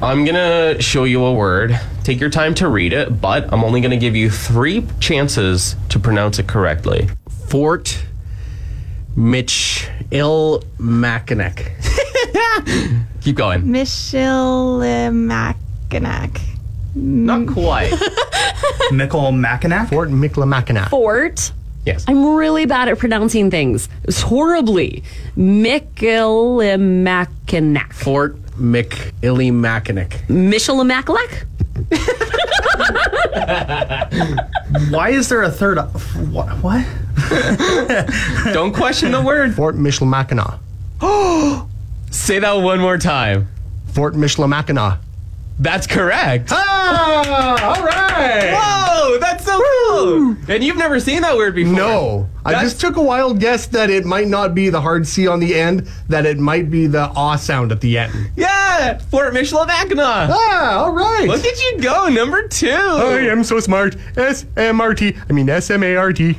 I'm gonna show you a word. Take your time to read it, but I'm only gonna give you three chances to pronounce it correctly. Fort Mitch Il Mackinac. Keep going. Michelle Mackinac. Not quite. Michael Mackinac? Fort Michilimackinac. Fort. yes. I'm really bad at pronouncing things. It's horribly. Michilimackinac. Fort McIllimackinac. Michilimackinac? Why is there a third? What? what? Don't question the word. Fort Michilimackinac. Say that one more time. Fort Michilimackinac. That's correct. Ah, all right. Whoa, that's so cool. And you've never seen that word before. No, I That's- just took a wild guess that it might not be the hard C on the end, that it might be the ah sound at the end. Yeah, Fort Michilimackinac. Ah, all right. Oh, Look at you go, number two. I am so smart. S M R T. I mean S M A R T.